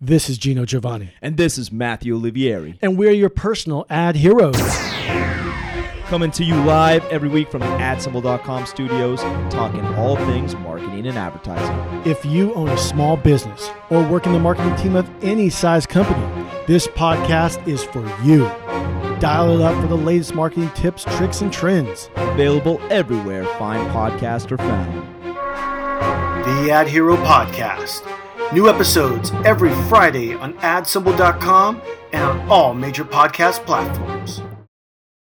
This is Gino Giovanni, And this is Matthew Olivieri, and we're your personal ad heroes. coming to you live every week from the AdSymbol.com studios, talking all things marketing and advertising. If you own a small business or work in the marketing team of any size company, this podcast is for you. Dial it up for the latest marketing tips, tricks, and trends. Available everywhere fine podcasts are found. The Ad Hero Podcast. New episodes every Friday on adsymbol.com and on all major podcast platforms.